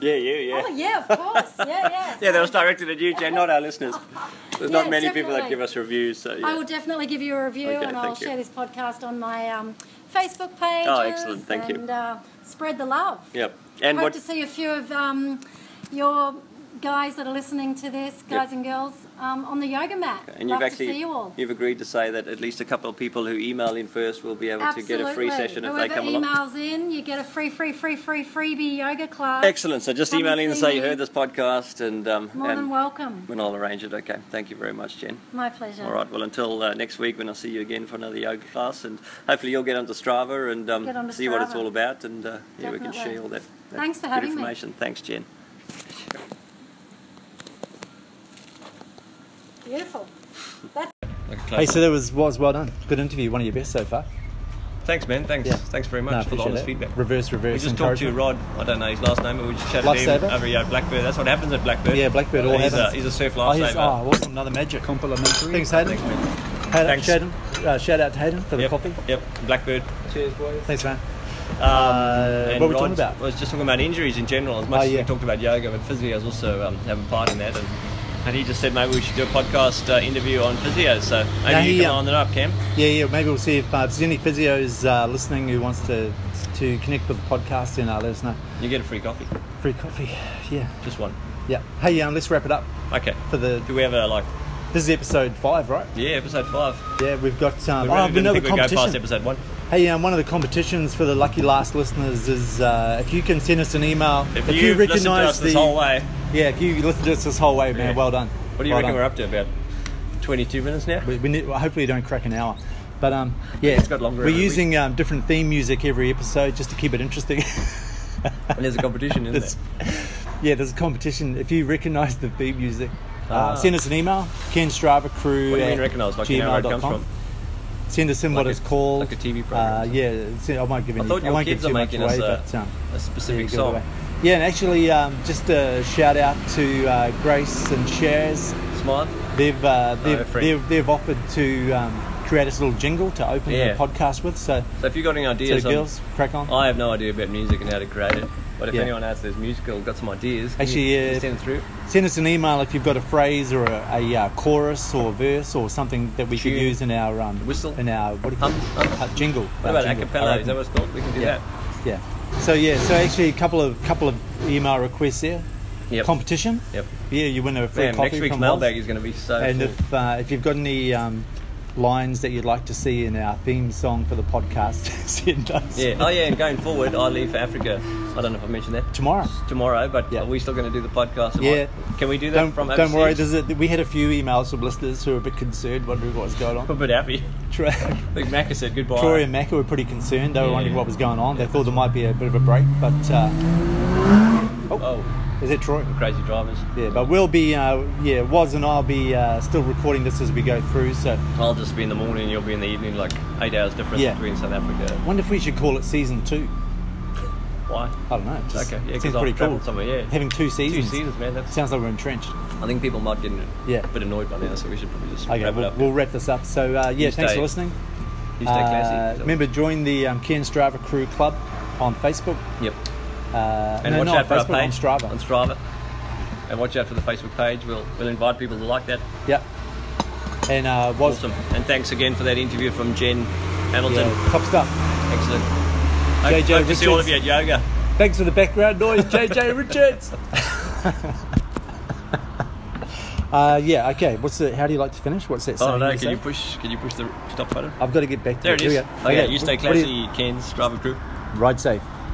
Yeah, you, yeah. Oh yeah, of course. [laughs] Yeah, yeah. Yeah, that was directed at you, Jen, not our listeners. There's not Yeah, many people that definitely. give us reviews, so yeah. I will definitely give you a review, Okay, and I'll thank you. share this podcast on my um, Facebook page. Oh, excellent. Thank you. And uh, spread the love. Yep. And Hope what? to see a few of um, your guys that are listening to this, guys and girls, um, on the yoga mat. And you've Love to actually see you all. you've agreed to say that at least a couple of people who email in first will be able to get a free session if Whoever they come along. emails in, you get a free, free, free, free, freebie yoga class. Excellent. So just Come and email in and see say you me. heard this podcast, and um, More and than welcome. when I'll arrange it. Okay. Thank you very much, Jen. My pleasure. All right. Well, until uh, next week when I see you again for another yoga class, and hopefully you'll get onto Strava and Get um, onto see what it's Strava. all about, and uh, yeah, we can Definitely. share all that. that Thanks for good having me. information. Thanks, Jen. Beautiful. Hey, so that was was well done. Good interview. One of your best so far. Thanks, man. Thanks. Yeah. Thanks very much No, I for the appreciate that. honest feedback. Reverse, reverse. We just talked to encouragement. Rod. I don't know his last name, but we just chatted to him Lifesaver? over yeah, Blackbird. That's what happens at Blackbird. Yeah, Blackbird. All he's happens. A, he's a surf Oh, he's- lifesaver. oh, awesome. Another magic. Complimentary. Thanks, Hayden. Thanks, man. Hayden, Thanks. Hayden. Uh, shout out to Hayden for the Yep. coffee. Yep. Blackbird. Cheers, boys. Thanks, man. Uh, Um, what were we talking Rod about? Was just talking about injuries in general. As much Oh, as we yeah. talked about yoga, but physios also um, have a part in that. And, and he just said maybe we should do a podcast uh, interview on physios. So maybe Now you he, can um, line it up, Cam. Yeah, yeah. Maybe we'll see if, uh, if there's any physios uh, listening who wants to to connect with the podcast. Then uh, let us know. You get a free coffee, Free coffee. Yeah, just one. yeah. Hey, um, let's wrap it up Okay. for the Do we have a like? This is episode five, right? Yeah, episode five. Yeah, we've got um, We really oh, didn't another think we'd go competition. past episode one. Hey, um, one of the competitions for the lucky last listeners is uh, if you can send us an email. If, you've listened to us this whole way, yeah, if you listen to us this whole way, man, Yeah. well done. what do you Well reckon done. we're up to? About 22 minutes now? We, we need, well, hopefully, we don't crack an hour. But um, yeah, It's got longer We're every using um, different theme music every episode just to keep it interesting. And there's a competition, [laughs] isn't It's- there? yeah, there's a competition. If you recognise the theme music, Ah. uh, send us an email. Ken Strava Crew. What do you mean recognise? Like you know where it comes from? Send us in what Like it's a- called. like a TV programme. Uh, yeah, see, I might give. I Any, thought your won't give kids are too much making away, us but, a, um, a specific Yeah, give it song. away. Yeah, and actually, um, just a shout out to uh, Grace and Shares. Smile? They've uh, they've, friend. they've they've offered to um, create us a little jingle to open Yeah. the podcast with. So, So if you've got any so ideas, on- girls, crack on. I have no idea about music and how to create it. But if Yeah. anyone else there's musical, got some ideas, can Actually, uh, you yeah. send it through. Send us an email if you've got a phrase or a, a uh, chorus or verse or something that we Tune. could use in our um, Whistle. in our what do you call Hum, it? hum. Uh, jingle. What Our about jingle, acapella? our Is that what it's called? We can do Yeah. that. opening. Yeah. So yeah. So actually, a couple of couple of email requests there. Yep. Competition. Yep. Yeah, you win a free Man, coffee next week's from Woz. mailbag is going to be so And full. if uh, if you've got any um, lines that you'd like to see in our theme song for the podcast, [laughs] send us. Yeah. Oh yeah. And going forward, I leave for Africa. I don't know if I mentioned that Tomorrow. tomorrow, but Yeah. are we still going to do the podcast? Am I- Yeah. Can we do that Don't, from? don't worry. overseas? There's a, we had a few emails from listeners who were a bit concerned, wondering what was going I'm on. [laughs] a bit happy. Troy- I think Macca said goodbye. Troy and Macca were pretty concerned. They were Yeah. wondering what was going on. They thought there might be a bit of a break, but uh, Oh, is it Troy? crazy drivers. Yeah, but we'll be, uh, yeah, Was and I'll be uh, still recording this as we go through. So, I'll just be in the morning. You'll be in the evening. Like eight hours difference Yeah. between South Africa. wonder if we should call it season two. Why? I don't know. it Just Okay, yeah, seems 'cause I've pretty cool. travelled somewhere, yeah. having two Two seasons. seasons, man. That's, Sounds like we're entrenched. I think people might get Yeah. a bit annoyed by now, so we should probably just Okay, wrap it we'll, up. we'll wrap this up. So, uh, yeah, You thanks stay- for listening. you stay Uh, classy. remember, join the um, Cairns Strava Crew Club on Facebook. Yep. Uh, And no, watch not out for on our Facebook, on page Strava. On Strava. And watch out for the Facebook page. We'll we'll invite people to like that. Yep. And uh, was Awesome. And thanks again for that interview from Jen Hamilton. yeah, top stuff. Excellent. Hope, JJ hope to see all of you at Richards. yoga. Thanks for the background noise, [laughs] JJ Richards. [laughs] uh, yeah. Okay. What's the? How do you like to finish? What's that? Oh saying no, you can you say? push can you push the stop button? I've got to get back to There it Oh, Here is. we Okay, go. you stay What do classy, Ken's Strava crew. Ride safe.